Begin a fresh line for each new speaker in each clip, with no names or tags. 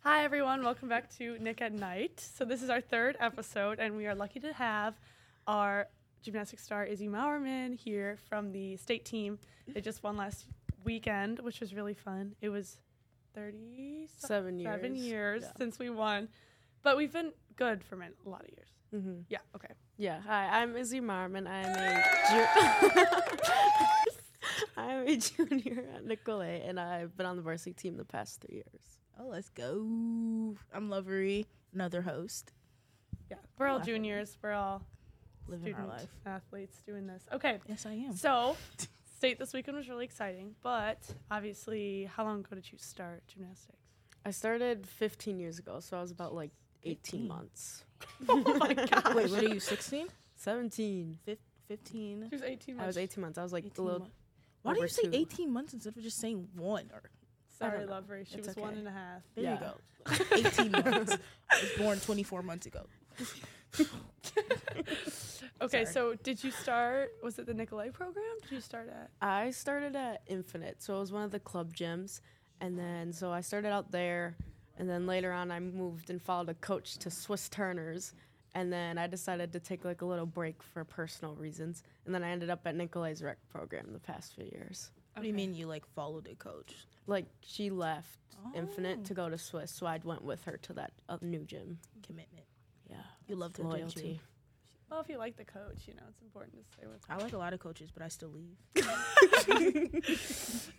Hi, everyone. Welcome back to Nick at Night. So, this is our third episode, and we are lucky to have our gymnastics star, Izzy Mauerman, here from the state team. They just won last weekend, which was really fun. It was 37
Seven years.
years,
Yeah.
since we won, but we've been good for min- a lot of years.
Mm-hmm.
Yeah, okay.
Yeah. Hi, I'm Izzy Marman. I'm a ju- I'm a junior at Nicolet, and I've been on the varsity team the past three years.
Oh, let's go. I'm Lovery, another host.
Yeah, we're all
Laughing.
juniors. We're all
Living our
student
life.
athletes doing this. Okay,
Yes, I am.
So, state this weekend was really exciting, but obviously, how long ago did you start gymnastics?
I started 15 years ago, so I was about like 18
15.
months.
Oh my gosh.
Wait, what are you, 16?
17.
Fif- 15?
She was 18
I
months.
was 18 months. I was like a
18
little.
months. Why do you
over
say
two.
18 months instead of just saying one? Or,
Sorry,
know.
Lovery. She
It's
was
okay.
one and a half.
there
Yeah.
you go. 18 months. I was born 24 months ago.
Okay,
Sorry.
so did you start? Was it the Nicolay program? Did you start at?
I started at Infinite, so it was one of the club gyms, and then so I started out there, and then later on I moved and followed a coach to Swiss Turners, and then I decided to take like a little break for personal reasons, and then I ended up at Nicolay's rec program the past few years.
What do you mean you, like, followed a coach?
Like she left Infinite
Oh.
to go to Swiss, so I went with her to that uh, new gym.
Commitment.
Yeah,
You love their loyalty.
loyalty.
Well, if you like the coach, you know it's important to say what's.
I like a lot of coaches, but I still leave.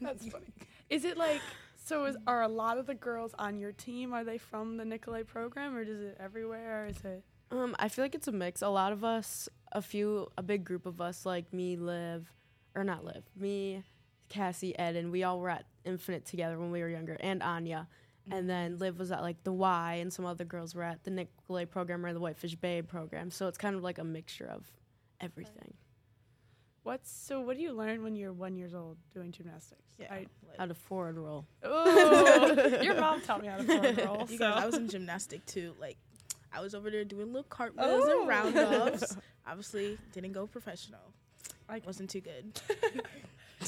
That's funny. Is it like so? Is are a lot of the girls on your team? Are they from the Nicolay program, or is it everywhere? Or is it?
Um, I feel like it's a mix. A lot of us, a few, a big group of us, like me, Liv, or not Liv, me, Cassie, Ed, and we all were at Infinite together when we were younger, and Anya. And then Liv was at like the Y, and some other girls were at the Nicolay program or the Whitefish Bay program. So it's kind of like a mixture of everything.
What's so? What do you learn when you're one years old doing gymnastics? I,
How to forward roll.
Oh, your mom taught me how to form roll.
You
so.
guys, I was in gymnastic too. Like, I was over there doing little cartwheels
Oh.
and roundups. Obviously, didn't go professional.
Like-
wasn't too good.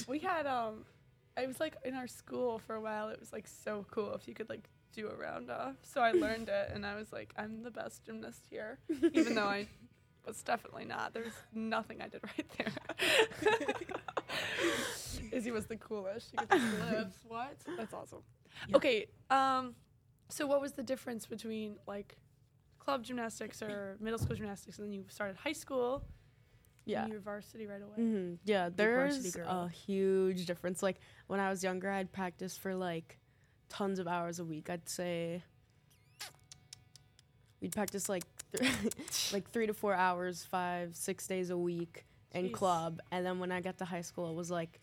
we had um, it was like in our school for a while. It was like so cool if you could like do a round off. So I learned it, and I was like, I'm the best gymnast here, even though I was definitely not. There was nothing I did right there. Izzy was the coolest. She could just lips. What? That's awesome.
Yeah.
Okay. Um, so what was the difference between like club gymnastics or middle school gymnastics, and then you started high school?
Yeah.
And you were varsity right away.
hmm Yeah,
varsity
there's
girl.
a huge difference. Like when I was younger, I'd practice for like tons of hours a week. I'd say we'd practice like th- like three to four hours, five, six days a week in
Jeez.
club. And then when I got to high school, it was like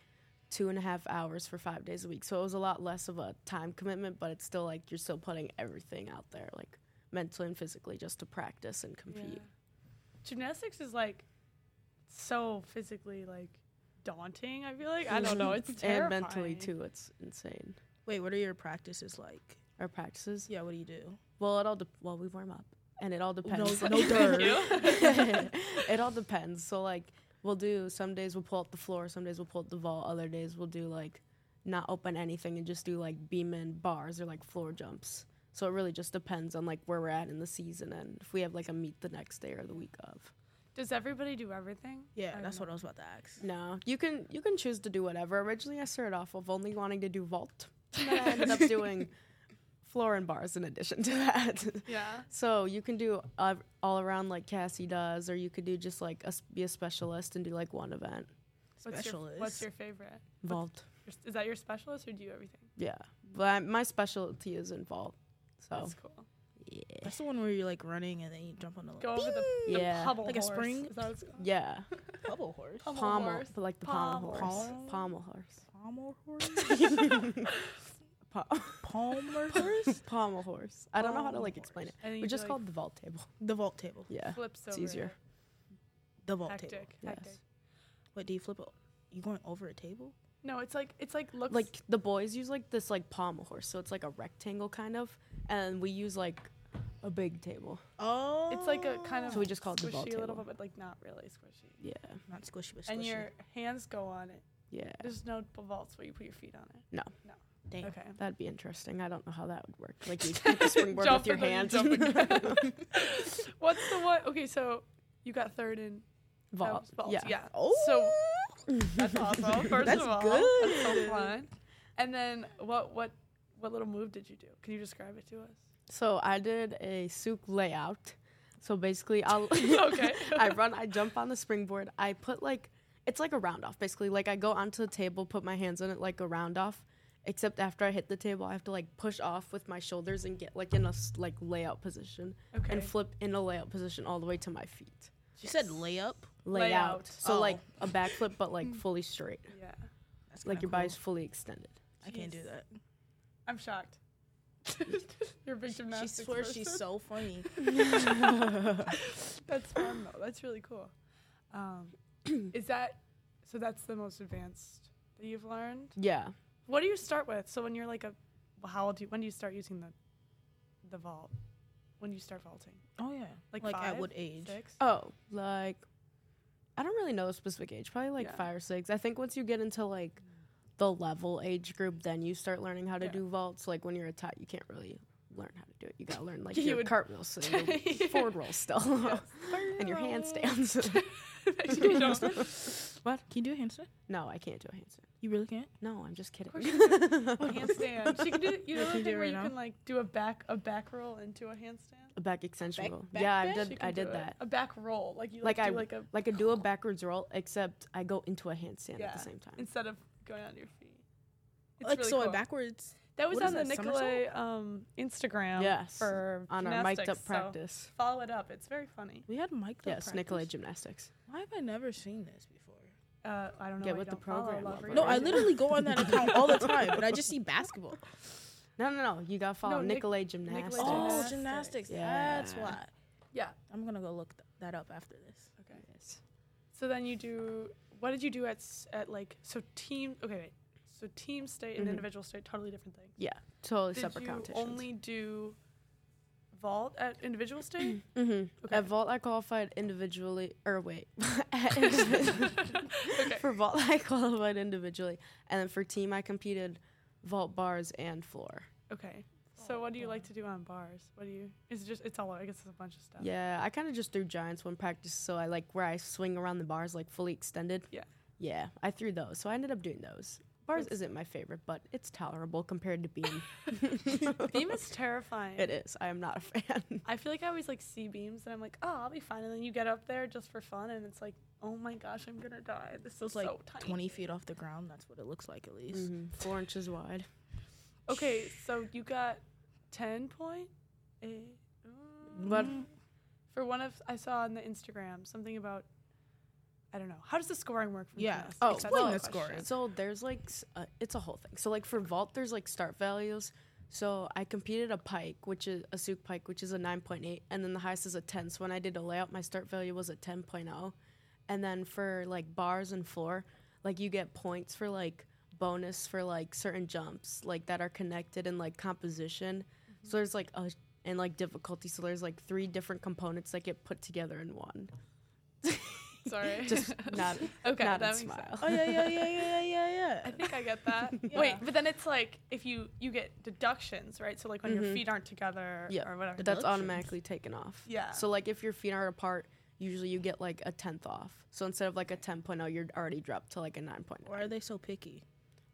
two and a half hours for five days a week. So it was a lot less of a time commitment, but it's still like you're still putting everything out there, like mentally and physically, just to practice and compete.
Gymnastics is like so physically like daunting. I feel like I don't know. It's
and
terrifying.
mentally too. It's insane.
Wait, what are your practices like?
Our practices.
Yeah, what do you do?
Well, it all de- well we warm up, and it all depends.
no dirt.
it all depends. So like we'll do some days we'll pull up the floor, some days we'll pull up the vault, other days we'll do like not open anything and just do like beam and bars or like floor jumps. So it really just depends on like where we're at in the season and if we have like a meet the next day or the week of.
Does everybody do everything?
Yeah,
I
that's
don't
what I was about to ask.
No, you can you can choose to do whatever. Originally I started off of only wanting to do vault, and then I ended up doing floor and bars in addition to that.
Yeah.
So you can do uh, all around like Cassie does, or you could do just like a, s- be a specialist and do like one event.
What's your,
Specialist.
what's your favorite?
Vault.
Your s- Is that your specialist or do you everything?
Yeah, but I, my specialty is in vault. So
That's cool.
yeah,
That's the one where you're like running and then you jump on the
Go over the, the
Yeah.
pummel
Like a
horse.
spring?
Is that what it's called?
yeah.
bubble horse.
Pummel
pommel,
horse.
but like the pommel,
Pommel.
horse,
Pommel.
pommel horse,
Palmer horse?
Po-
Palmer horse?
pommel horse. I don't know how to
Pommel
like explain it.
horse.
And then
We
you
just
do,
called the vault table.
The vault table.
Yeah,
like, flips over.
it's easier.
The vault
Hectic.
table.
Hectic.
Yes.
What do you flip? o- You going over a table?
No, it's like it's like looks
Like the boys use like this like pommel horse, so it's like a rectangle kind of, and we use like a big table.
Oh,
it's like a kind of
So we just call it the vault
squishy a little
table.
bit, but like not really squishy.
Yeah,
not squishy, but squishy.
And your hands go on it.
yeah.
There's no b- vaults where you put your feet on it.
No.
No.
Damn.
Okay.
That'd be interesting. I don't know how that would work. Like you keep the springboard
Jump
with your
and then you
hands.
jump again. What's the one? Okay, so you got third in that
Vault.
was vault.
Yeah.
yeah.
Oh,
So that's awesome. First
That's
of all, that's so
good.
fun. And then what what what little move did you do? Can you describe it to us?
So I did a souk layout. So basically, I'll
Okay.
I run, I jump on the springboard. I put like it's like a round off. Basically, like I go onto the table, put my hands on it like a round off. Except after I hit the table, I have to like push off with my shoulders and get like in a s- like layout position
Okay.
and flip in a layout position all the way to my feet.
she said layup.
Layout.
Layout. Hmm.
So
Oh.
like a backflip, but like fully straight.
yeah.
That's
Like
kinda
your
cool.
body's fully extended.
I can't do
Jeez.
that.
I'm shocked. You're a big gymnastics
She swears she's
person.
so funny.
That's fun though. That's really cool. Um, is that so? That's the most advanced that you've learned.
Yeah.
What do you start with? So when you're like a, well, how old do you? When do you start using the, the vault? When do you start vaulting?
Oh yeah.
Like
Like, at
five,
what age?
Six.
Oh, like I don't really know the specific age. Probably like
Yeah.
five or six. I think once you get into like the level age group, then you start learning how to
Yeah.
do vaults. Like when you're a tot, you can't really learn how to do it. You gotta learn like
You
your
would-
cartwheels and your forward roll still, and your handstands.
You don't-
What? Can you do a handstand?
no, I can't do a handstand.
You really can't.
No, I'm just kidding.
course you handstand. She can do. You know
What
the thing
you do
where
right
you
now?
can like do a back a back roll into a handstand.
a back extension
Back-
roll.
back
yeah, I
bash?
She
did.
can
I did
do it.
that.
A back roll, like you like,
Like I-
do like a
Like I do a backwards roll, except I go into a handstand at
Yeah.
the same time.
instead of going on your feet. It's
like
really
so
cool.
a backwards.
That was
What
on
is
the
that, somersault?
Nicolay um, Instagram
Yes,
for
On our mic'd up
gymnastics, so
practice.
follow it up. It's very funny.
We had Mike.
Yes, Nicolay Gymnastics.
Why have I never seen this before?
Uh, I don't know.
Get
why
with
you
the
don't follow
program,
Love
Love
Reader.
No, I
Right.
literally go on that account all the time, and I just see basketball.
No, no, no. You got
No,
follow
Nic-
Nicolay
Nicolay
Gymnastics.
Oh,
Gymnastics.
gymnastics.
Yeah.
That's why.
Yeah.
I'm gonna go look th- that up after this.
Okay. So then you do. What did you do at s- at like so team? Okay, wait. So team state and
Mhm.
individual state, totally different things.
Totally
Did
separate
you
competitions.
only do vault at individual state?
Mhm.
Okay.
At vault, I qualified individually. Or wait, At individ-
okay.
for vault, I qualified individually, and then for team, I competed vault bars and floor.
Okay. So what do you like to do on bars? What do you? It's just it's all. I guess it's a bunch of stuff.
Yeah, I kind of just threw giants one practice, so I like where I swing around the bars like fully extended.
Yeah.
Yeah, I threw those, so I ended up doing those. Bars
That's-
isn't my favorite, but it's tolerable compared to beam.
Beam is terrifying.
it is. I am not a fan.
I feel like I always like see beams and I'm like, oh, I'll be fine. And then you get up there just for fun and it's like, oh my gosh, I'm gonna die. This
So
is
it's like
so tiny.
20 feet off the ground. That's what it looks like, at least.
Mhm, Four inches wide.
Okay, so you got ten point eight mm,
But
for one of I saw on the Instagram something about I don't know. How does the scoring work? From
Yeah.
gymnastics?
Oh,
That's
explain
my
the
question.
scoring.
So there's like s- uh, it's a whole thing. So like for vault, there's like start values. So I competed a pike, which is a souk pike, which is a 9.8, and then the highest is a 10. So when I did a layout, my start value was a 10.0, and then for like bars and floor, like you get points for like bonus for like certain jumps like that are connected in like composition.
Mm-hmm.
So there's like a and like difficulty. So there's like three different components that get put together in one.
Sorry.
Just not
okay, that
not a
makes sense.
smile.
Oh yeah, yeah, yeah, yeah, yeah,
I
yeah.
think I get that.
Yeah.
Wait, but then it's like if you you get deductions, right? So like when your
Mhm.
feet aren't together
Yeah.
or whatever.
But that's
Deductions.
automatically taken off.
Yeah.
So like if your feet are apart, usually you get like a tenth off. So instead of like a 10.0, you're already dropped to like a 9.0
Why are they so picky?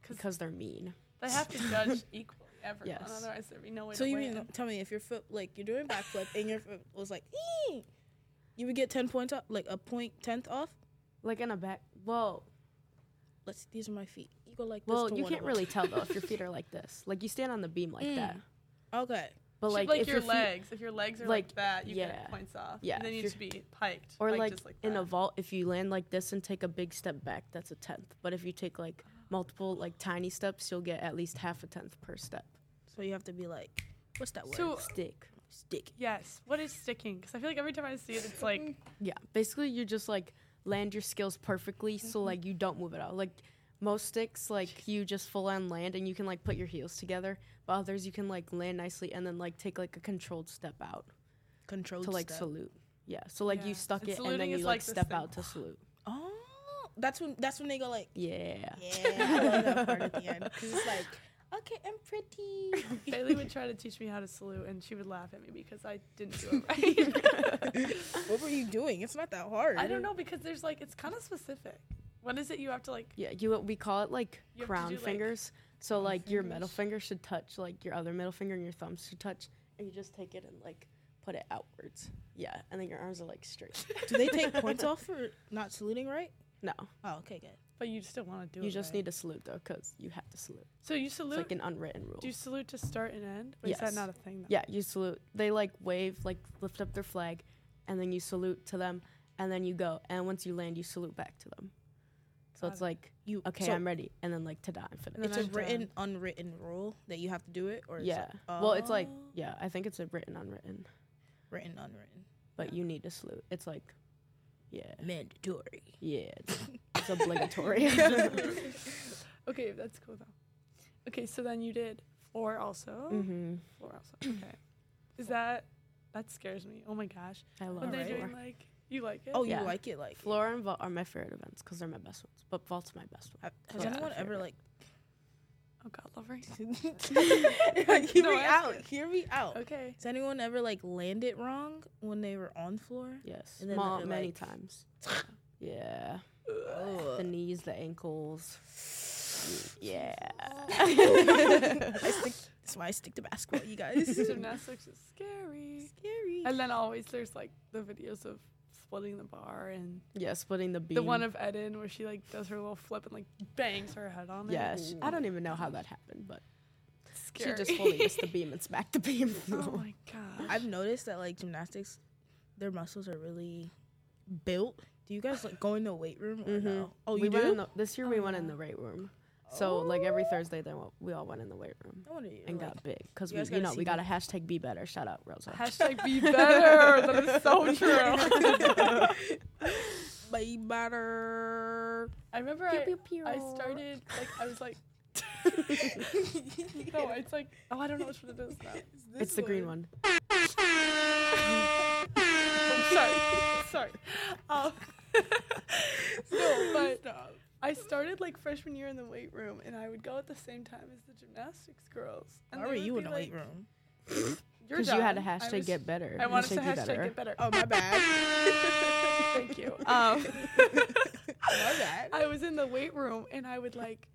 because they're mean.
They have to judge equally everyone,
Yes.
otherwise there'd be no way
So
to
you
win.
mean tell me if your foot, like you're doing backflip, and your foot was like, "Ee!" you would get 10 points off, like a point tenth off.
Like in a back, well,
Let's. These are my feet. You go like this.
well,
to
you
one of
can't
them.
really tell though if your feet are like this. Like you stand on the beam like
Mm.
that,
Okay.
but
Should,
like, if
your,
feet,
legs, if your legs are like,
like,
that, you
yeah.
get points off.
Yeah,
and then
if
you
you're-
should be piked,
or
like,
like,
just like
in a
that.
vault, if you land like this and take a big step back, that's a tenth. But if you take like multiple like tiny steps, you'll get at least half a tenth per step.
So you have to be like, what's that word?
Oh.
So-
Stick.
Stick.
Yes. What is sticking? Because I feel like every time I see it, it's like
Yeah, basically you just like land your skills perfectly, so
Mm-hmm.
like you don't move at all. Like most sticks, like you just full on land and you can like put your heels together. But others, you can like land nicely and then like take like a controlled step out
Controlled
to like
step.
salute. Yeah, so like
Yeah.
you stuck
And
it and
saluting
then you
is
like,
like this
step
thing.
out to salute.
Oh, that's when that's when they go like,
Yeah.
yeah. I love that part at the end because it's like, okay, I'm pretty.
Bailey would try to teach me how to salute, and she would laugh at me because I didn't do it right.
what were you doing? It's not that hard.
I don't know because there's like it's kind of specific. When is it you have to like?
Yeah, you we call it like
You have to
crown
do, like,
fingers. so like your middle
fingers.
finger should touch like your other middle finger and your thumbs should touch, and you just take it and like put it outwards. Yeah, and then your arms are like straight.
Do they take points off for not saluting right?
No,
Oh, okay, good.
But you still want to do it.
you just
right.
need to salute though, cause you have to salute.
So you
It's
salute.
like an unwritten rule.
do you salute to start and end? Or Is
Yes.
that not a thing? Though?
Yeah, you salute. They like wave, like lift up their flag, and then you salute to them, and then you go. And once you land, you salute back to them. So
Got
it's
it.
like
You
okay,
so
I'm ready, and then like ta-da, I'm
And
finished.
then
It's a
I'm done.
written, unwritten rule that you have to do it, or is it-
um, Yeah. Well, it's like
Oh.
yeah, I think it's a written unwritten,
written, unwritten,
but you need to salute. It's like yeah,
mandatory.
yeah, it's, it's obligatory.
okay, that's cool though. Okay, so then you did floor also.
hmm
Floor also. Okay. Is that that scares me? Oh my gosh.
I
When
love
they're
Alright.
floor.
doing like you like it?
Oh,
Yeah.
you like it? Like,
floor and vault are my favorite events because they're my best ones. But vault's my best one.
have, has
Yeah.
anyone ever
Favorite.
like?
oh God, Lorraine.
hear
No,
me
I-
out. Hear me out.
Okay.
Has anyone ever like landed wrong when they were on floor?
Yes,
And then
Ma-
they're
many
like-
times. yeah.
Ugh.
the knees, the ankles. Yeah.
I stick, that's why I stick to basketball, you guys.
Gymnastics is scary.
Scary.
And then always there's like the videos of splitting the bar and
Yeah, splitting the beam.
the one of Eden where she like does her little flip and like bangs her head on
yeah,
it.
sh- I don't even know how that happened, but
Scary.
she just fully missed the beam and smacked the beam.
oh my gosh.
I've noticed that like gymnastics, their muscles are really built. Do you guys like go in the weight room or
Mhm.
no? Oh, you
we
do.
went in the, this year we
Oh,
went in
yeah.
the weight room, so like every Thursday then we- we all went in the weight room
No wonder you
and
like,
got big because
you
we you
guys gotta
know we
see
got a hashtag be better. Shout out Rosa.
Hashtag be better. that is so true.
Bay butter.
I remember
Pew,
I,
pew, pew.
I started like I was like no, it's like oh I don't know which one it is now.
It's the green one.
Oh, sorry, sorry. Um, no, but I started like freshman year in the weight room, and I would go at the same time as the gymnastics girls. And
Why
they
were
would
you
be
in the
like,
weight room?
"You're
Because you had a
done." I
hashtag
was-
get better.
I wanted to
Be
hashtag get better.
Oh my bad.
Thank you. Um,
my bad.
I was in the weight room and I would like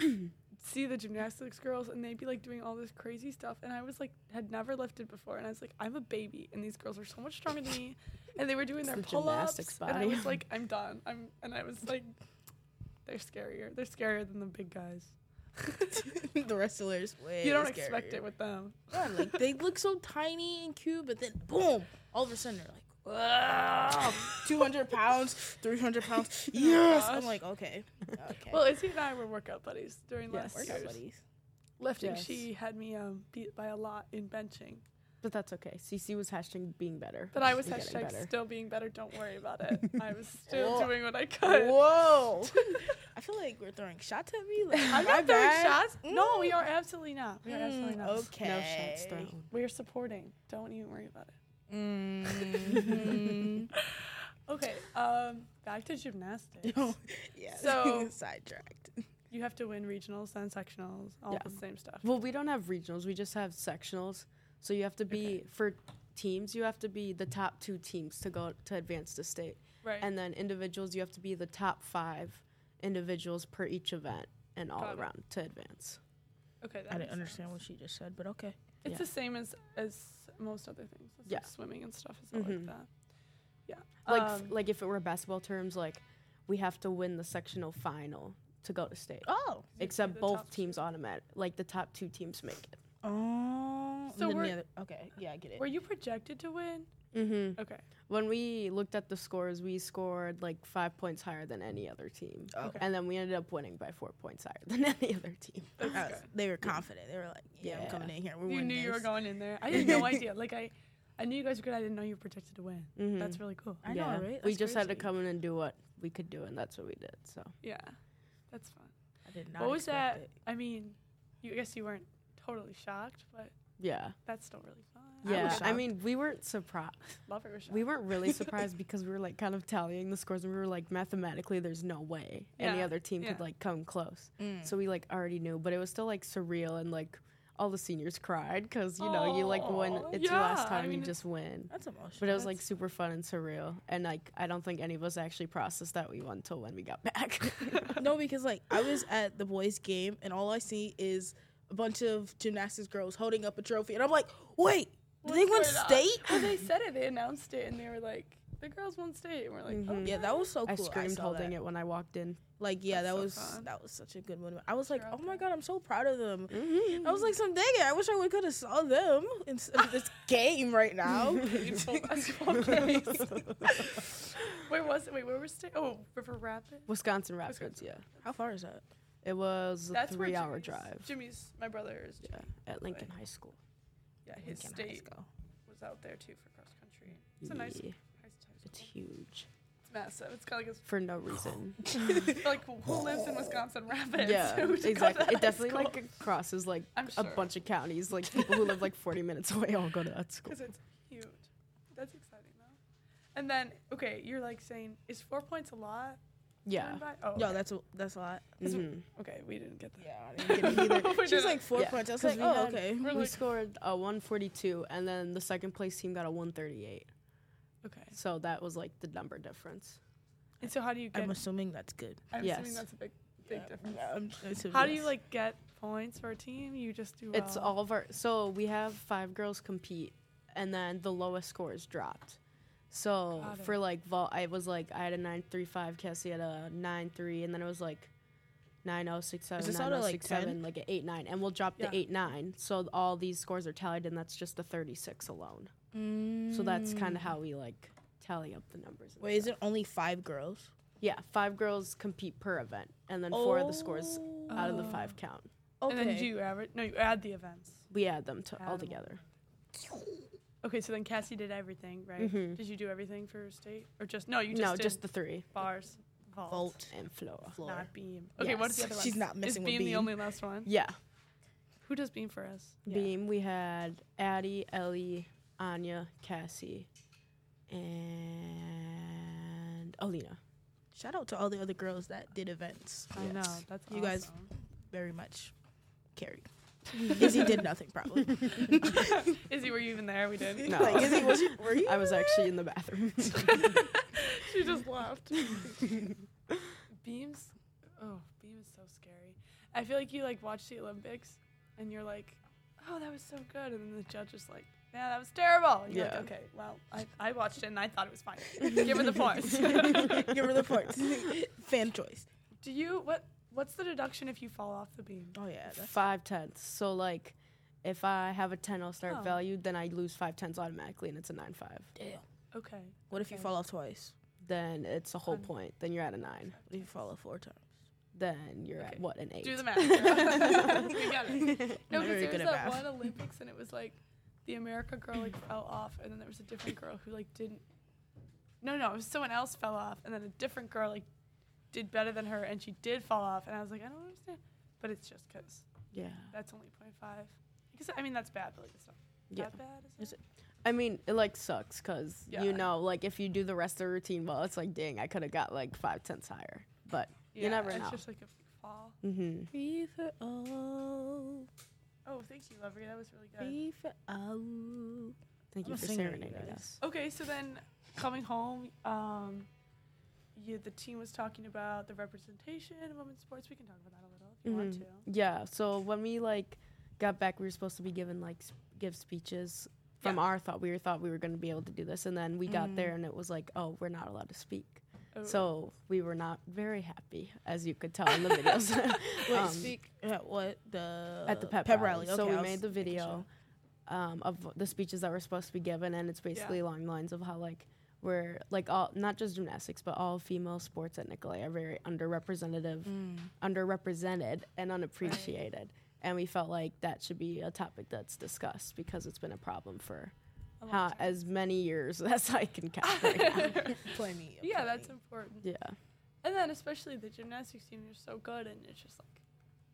see the gymnastics girls and they'd be like doing all this crazy stuff and I was like had never lifted before and I was like I'm a baby and these girls are so much stronger than me and they were doing
It's
their
the
pull ups
gymnastics
and I
body.
was like I'm done I'm and I was like they're scarier they're scarier than the big guys
the wrestlers. Way
you don't
scarier.
expect it with them
Yeah, like they look so tiny and cute, but then boom, all of a sudden they're like. Two hundred pounds, three hundred pounds. Yes, I'm
gosh.
like okay, okay.
well Izzy and I were workout buddies during last
Yes.
Workout
year's
buddies.
lifting
Yes.
she had me um, beat by a lot in benching
But that's okay. CC was hashtag being better.
But I was
and getting
hashtag
better.
still being better. Don't worry about it. I was still
Whoa.
doing what I could.
Whoa! I feel like we're throwing shots at me. Like,
I'm
my
not throwing
bad.
shots. No, we
Mm.
are absolutely not. We are absolutely
Mm,
not.
okay.
No shots thrown.
We are supporting. Don't even worry about it.
Mhm.
Okay. Um, back to gymnastics.
yeah.
So-
sidetracked.
you have to win regionals and sectionals, all
Yeah.
the same stuff.
Well, we don't have regionals. We just have sectionals. So you have to be for teams. You have to be the top two teams to go to advance to state,
Right.
and then individuals. You have to be the top five individuals per each event and all
Got it.
around to advance.
okay. That
I
makes
didn't understand what
sense.
she just said, but okay.
It's
yeah.
the same as as most other things. It's
Yeah.
Like swimming and stuff is all like
Mhm.
that. Yeah.
Like
Um,
f- like if it were basketball terms, like we have to win the sectional final to go to state.
Oh.
be
Except
the
both
top
teams automatic. Like the top two teams make it.
Oh.
So
So we're,
we're-
the other, okay. Yeah, I get it.
were you projected to win?
Mm-hmm.
Okay.
When we looked at the scores, we scored like five points higher than any other team.
Okay.
And then we ended up winning by four points higher than any other team.
That's
I was-
good.
uh, they were confident. They were like, "Yeah, I'm
Yeah.
coming in here. We're
you
winning
knew you were
this."
going in there. I had no idea. Like I, I knew you guys were good. I didn't know you were projected to win.
Mhm.
That's really cool.
I know,
Yeah.
right?
we
That's
just had to
crazy.
come in and do what we could do, and that's what we did. So
Yeah, that's fun.
I did not.
what was that?
expect
I mean, you I guess you weren't totally shocked, but
yeah,
that's still really fun.
was
yeah. I,
shocked.
mean, we weren't surprised.
Lover was shocked.
We weren't really surprised because we were like kind of tallying the scores, and we were like, mathematically, there's no way any
Yeah,
other team
yeah.
could like come close.
it. Mm.
So we like already knew, but it was still like surreal and like all the seniors cried because you know you like when
Aw,
it's your
yeah,
last
I
time
mean,
you just win.
That's emotional.
But it was
That's-
like super fun and surreal, and like I don't think any of us actually processed that we won until when we got back.
no, because like I was at the boys' game and all I see is a bunch of gymnastics girls holding up a trophy, and I'm like, wait, did they win
What's going on?
state?
Well, they said it. They announced it, and they were like, "The girls won state," and we're like,
Mhm.
"Okay."
Yeah, that was so cool.
I screamed
saw
holding
that.
it when I walked in.
Like, yeah,
That's
that
so
was
fun.
that was such a good one. I was like,
They're
oh
out
my god, I'm so proud of them.
Mm-hmm.
I was like, some dang it, I wish I would could have saw them in s- in this game right now.
Beautiful basketball case. where was it? Wait, where was state? Oh, River Rapids.
Wisconsin Rapids,
Wisconsin.
yeah.
How far is that?
It was a
That's where
three-hour
Jimmy's-
drive
Jimmy's, my brother's.
yeah, at Lincoln High School.
Yeah, his
Lincoln High
state
School.
was out there too for cross country. It's a nice,
Yeah,
nice time.
It's
It's
huge
massive. It's got like
for no reason.
a like who lives in Wisconsin Rapids?
yeah,
Who just goes
exactly.
to high
It definitely
school?
like crosses like
I'm
a
sure.
bunch of counties. Like people who live like 40 minutes away all go to that school.
Because it's huge. That's exciting though. And then okay, you're like saying is four points a lot?
Yeah.
By? Oh,
No,
okay.
that's a that's a lot.
It's-
Mhm.
okay. We didn't get that.
Yeah, I didn't get it either.
We
she was
didn't.
like four
Yeah,
points. I was
'cause
like,
we
oh
had-
okay.
We're
We
like-
scored a 142, and then the second place team got a 138.
Okay.
So that was like the number difference.
And so how do you get?
I'm assuming that's good.
I'm
yes.
assuming that's a big, big
Yeah,
difference.
I'm assuming
How do you
that's-
like get points for a team? You just do.
It's
well.
all of our. So we have five girls compete, and then the lowest score is dropped. So
Got it.
for like vault, I was like I had a nine three five, Cassie had a nine three, and then it was like nine oh six seven,
this
nine
out of,
oh
like,
six seven, like an eight nine, and we'll drop
Yeah.
the eight nine. So all these scores are tallied, and that's just the thirty six alone. So that's kind of how we like tally up the numbers. and
Mm. Hmm. Wait, is
stuff.
it only five girls?
Yeah, five girls compete per event, and then four of the scores out of the
Oh.
five count.
Okay.
And then do you average? No, you add the events.
We add them to
Add
all
them all.
together.
Okay, so then Cassie did everything, right?
Mm-hmm.
Mhm.
Did you do everything for state or just no? You just
no,
did
just the three
bars, vault,
Vault
and Flora.
floor.
not beam. Okay, what is the
Yes.
other one?
She's not
Is
missing
beam,
with
the
beam.
only last one?
Yeah.
Who does beam for us?
Yeah.
Beam, we had Addie, Ellie, Anya, Cassie, and Alina.
Shout out to all the other girls that did events.
I know
Yes.
that's
You guys-
awesome.
Very much carried. Izzy did nothing probably.
Izzy, were you even there? We didn't.
No.
like, Izzy, was you, were you?
I was actually in the bathroom.
she just left. Beams, oh, beam is so scary. I feel like you like watch the Olympics, and you're like, oh, that was so good, and then the judge is like, yeah, that was terrible. And you're
Yeah.
like, okay, well, I, I watched it and I thought it was fine. Give her the points.
Give her the points. Fan choice.
Do you what? What's the deduction if you fall off the beam?
Oh yeah. That's,
five tenths. So, like, if I have a 10 I'll start
Oh.
value, then I lose five tenths automatically, and it's a 9 5.
Okay.
What if you
Okay.
fall off twice?
Then it's a whole
Fun.
point. Then you're at a 9.
What if you fall off four times?
Then you're
Okay.
at what, an 8?
Do the math. we got it. No,
I'm
because
very
there was
good at
that
math.
one Olympics, and it was like the America girl like fell off, and then there was a different girl who like didn't. No, no, it was someone else fell off, and then a different girl like did better than her, and she did fall off, and I was like, I don't understand, but it's just because
yeah.
that's only 0.5. I guess I mean that's bad, but like it's not
Yeah.
that bad. Is
Is
it?
I mean, it like sucks because
Yeah.
you know, like if you do the rest of the routine well, it's like, dang, I could have got like five tenths higher. But You never
it's
know.
just like if you fall.
mm-hmm.
Free for all.
Oh, thank you, Lovery. That was really good.
Free for all.
thank
I'm
you
a
for
singer, you
serenading
guys.
us.
Okay, so then coming home, um, you, the team was talking about the representation of women's sports. We can talk about that a little if you want
Mhm.
to.
Yeah. So when we like got back, we were supposed to be given like s- give speeches from
Yeah.
our thought. We were thought we were going to be able to do this, and then we got
Mhm.
there, and it was like, oh, we're not allowed to speak.
Oh,
So we were not very happy, as you could tell in the videos.
Wait,
Um,
speak at what the
at the pep, rally.
uh, Okay,
so we
I was
made the
making
video um, of the speeches that were supposed to be given, and it's basically along the lines of how like we're like all not just gymnastics, but all female sports at Nicolay are very underrepresentative,
sure. Mm.
underrepresented, and unappreciated. And we felt like that should be a topic that's discussed because it's been a problem for
a long
how,
time.
as many years as I can count. Right now.
Mm. Play me.
yeah,
play
that's
me.
important.
Yeah,
And then especially the gymnastics team, you're so good, and it's just like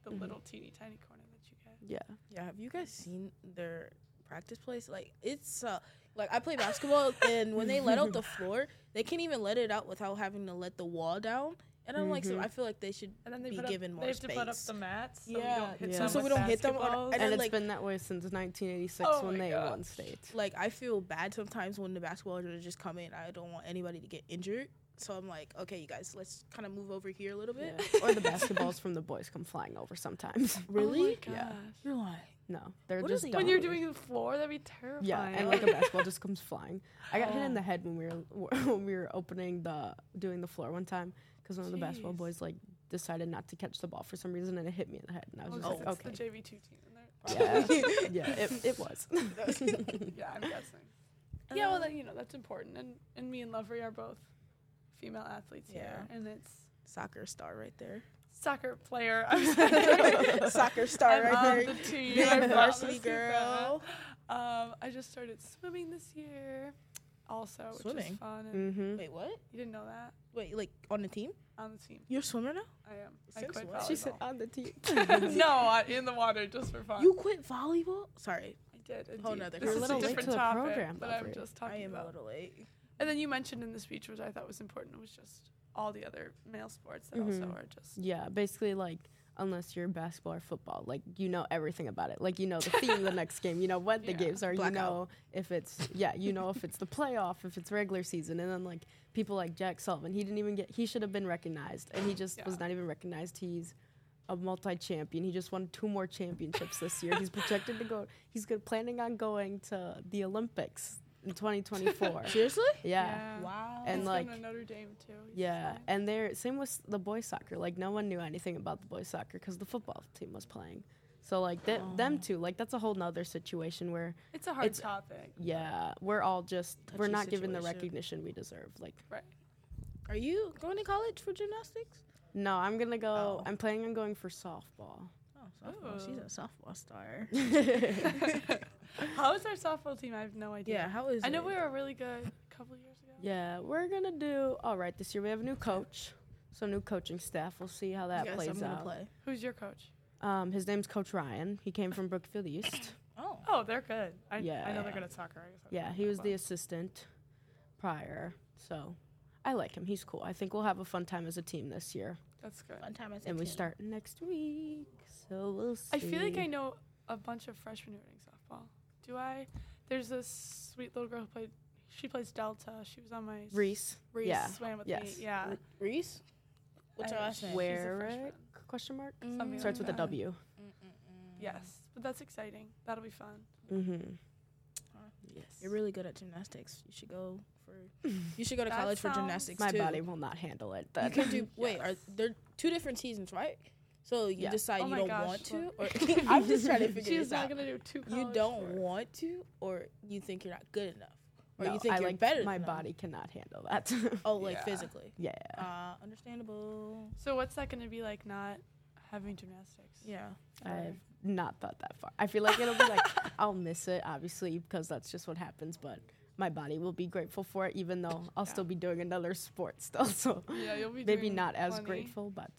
the
Mhm.
little teeny tiny corner that you get.
yeah.
yeah. Have you guys seen their practice place? Like it's uh, like I play basketball, and when they let out the floor, they can't even let it out without having to let the wall down. and I'm like, so
Mhm.
I feel like they should
And then they
be
put
given
up,
more
they have to put up
space.
the mats. So
Yeah.
we don't hit
Yeah.
them
So
with
we don't hit them,
basketballs.
and
and it's
like-
been that way since 1986
Oh
when
my
they
God.
won state.
like I feel bad sometimes when the basketballers just come in. I don't want anybody to get injured, so I'm like, okay, you guys, let's kind of move over here a little bit.
Yeah. or the basketballs from the boys come flying over sometimes.
Really?
Oh my
Yeah.
gosh.
You're lying.
No, they're
What is
just
it-
When you're
dominating.
doing the floor, that'd be terrifying.
Yeah, and like a basketball just comes flying. I got hit in the head when we were when we were opening the doing the floor one time because one of the basketball
Jeez.
boys like decided not to catch the ball for some reason and it hit me in the head and I was
oh,
just
it's
like,
the
okay,
JV2 team. and they're-
yeah, yeah, it, it was.
yeah, I'm guessing. yeah,
Um,
well, then, you know, that's important. And, and me and Lovery are both female athletes here. And it's
Soccer star right there.
soccer player. I'm sorry.
Soccer star
I'm on
right
the team.
there.
I
Being a
promise
varsity
you that.
girl.
Um, I just started swimming this year, also, which
Swimming? Mm.
is fun. And
hmm
Wait, what?
You didn't know that
Wait, like on the team?
on the team.
You're a swimmer now?
I am. I
Since
quit
when? "Oh,
volleyball.
She said on the team.
no, I, in the water just for fun.
You Oh, quit volleyball? Sorry,
I did.
Whole
indeed.
nother
This is different
conversation. You're a little late to the
topic,
program,
but I'm
Aubrey.
just
I
talking
am a
about.
little late.
And then you mentioned in the speech, which I thought was important, was just all the other male sports that
Mm-hmm.
also
Mhm.
are just.
Yeah, basically like unless you're basketball or football, like you know everything about it. Like you know the theme of the next game, you know what the
Yeah.
games are,
Blackout.
you know if it's yeah, you know if it's the playoff, if it's regular season, and then like people like Jack Sullivan, he didn't even get he should have been recognized, and he just was
Yeah.
not even recognized. He's a multi-champion. He just won two more championships this year. He's projected to go. He's good, planning on going to the Olympics in 2024.
Seriously?
yeah.
Wow.
And,
He's
like-
going to Notre Dame too. He's
Yeah,
fine.
and they're same with the boys soccer. Like no one knew anything about the boys soccer because the football team was playing. So like th- them
Oh.
two, like that's a whole nother situation where
It's a hard
it's-
topic.
yeah, we're all just we're
Touchy
not given the
situation.
recognition we deserve. Like
are you going to college for gymnastics?
no, I'm gonna go.
Oh.
I'm planning on going for softball.
Oh,
sophomore. She's a
softball star.
How is our softball team? I have no idea.
Yeah, how is
I know
it?
we were really good a couple years ago.
yeah, we're gonna do all right this year. We have a new coach, so new coaching staff. We'll see how that
Yes, I'm
plays
gonna
out.
play.
Who's your coach?
Um, his name's Coach Ryan. He came from Brookfield East.
Oh.
Oh, they're good. I, I know
Yeah.
they're good at soccer. I guess I don't
Yeah,
know
he
that
was the
well.
assistant prior, so I like him. He's cool. I think we'll have a fun time as a team this year,
That's good.
Fun time as a
and we
kid.
start next week. So we'll see.
I feel like I know a bunch of freshmen who are doing softball. Do I? There's this sweet little girl who played. She plays Delta. She was on my s-
Reese
Reese
yeah,
swam with
yes.
me. Yeah.
Re- Reese? What's her
I-
last name?
Where-
Werick
freshman.
question mark
Something
starts
like
with
that.
a W.
Mm-mm-mm.
Mm, Yes, but that's exciting. That'll be fun.
Uh-huh.
Mm-hmm.
Huh.
Yes.
You're really good at gymnastics. You should go for. You should go to
That
college for
sounds-
gymnastics
My
too.
body will not handle it.
You
Then.
can do. Wait, are
Yes.
there two different seasons, right? So you
Yeah.
decide
Oh
you
my
don't
gosh,
want to, or
look.
I'm just trying to figure
She's
this
not
out.
gonna do two.
You
college
don't
sports.
want to, or you think you're not good enough, or
no,
you think
I
you're
like
better.
My
than them.
body cannot handle that.
Oh, like
Yeah.
physically.
yeah.
Uh, understandable.
So what's that gonna be like? Not having gymnastics.
Yeah.
I've not thought that far. I feel like it'll be like I'll miss it, obviously, because that's just what happens. But my body will be grateful for it, even though I'll still be doing another sport still. So
Yeah, you'll be
maybe
doing
not as
plenty.
grateful, but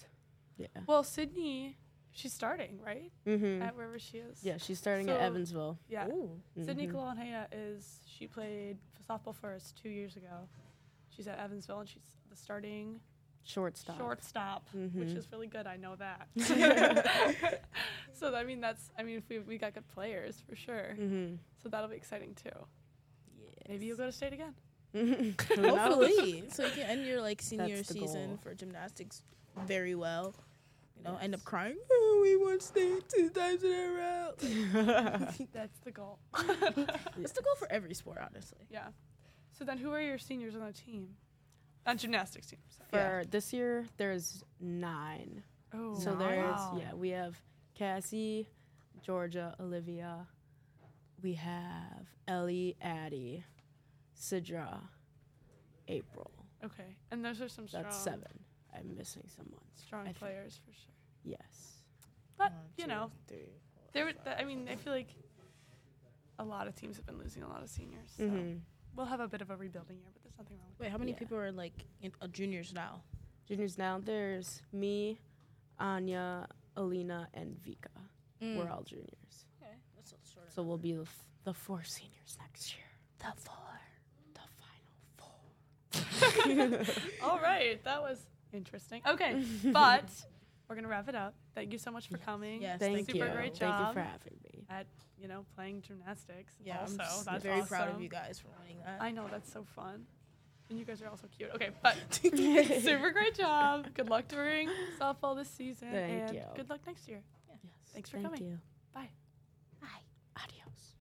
yeah.
Well, Sydney, she's starting right
Mm-hmm.
at wherever she is.
Yeah, she's starting at
So-
Evansville.
Yeah.
Ooh.
Sydney
Mhm.
Kalonhea is she played softball for us two years ago. She's at Evansville and she's the starting
Shortstop.
shortstop, which
Mhm.
is really good. I know that. so I mean, that's I mean, if we we got good players for sure.
Mhm.
So that'll be exciting too.
Yes.
Maybe you'll go to state again.
Who knows?
Hopefully, so you can end your like senior
That's the
season
goal.
for gymnastics very well. You know, end up
Yes.
crying. Oh, we won state two times in a row.
That's the goal.
It's the goal for every sport, honestly.
Yeah. So then, who are your seniors on the team? On gymnastics team. sorry.
For this year, there's nine.
Oh,
So there's
wow.
yeah, we have Cassie, Georgia, Olivia, we have Ellie, Addie, Sidra, April.
Okay, and those are some strong,
That's seven. I'm missing someone. I
strong
think.
players for sure.
Yes.
But
One,
you
two,
know,
three, four,
There, were-
five.
th- I mean, I feel like a lot of teams have been losing a lot of seniors. So
Mm-hmm.
Mhm.
we'll have a bit of a rebuilding year, but there's nothing wrong with
Wait, how many
Yeah.
people are like in, uh, juniors now?
Juniors now. There's me, Anya, Alina, and Vika.
Mm.
Mm.
We're all juniors.
Okay, that's a short.
So we'll be the, f- the four seniors next year.
the four.
The final four.
it. All right, that was Interesting. Okay, but we're gonna wrap it up. Thank you so much for coming.
Yes,
Thank
Super
you.
great
Thank you
job.
for having me.
At you know playing gymnastics.
Yeah,
Also,
I'm just
that's
very
awesome.
proud of you guys for winning that.
Uh-huh.
I know that's so fun, and you guys are also cute. Okay, but super great job. Good luck during softball this season,
Thank
and
you.
good luck next year.
Yes.
Thanks for coming.
You.
Bye.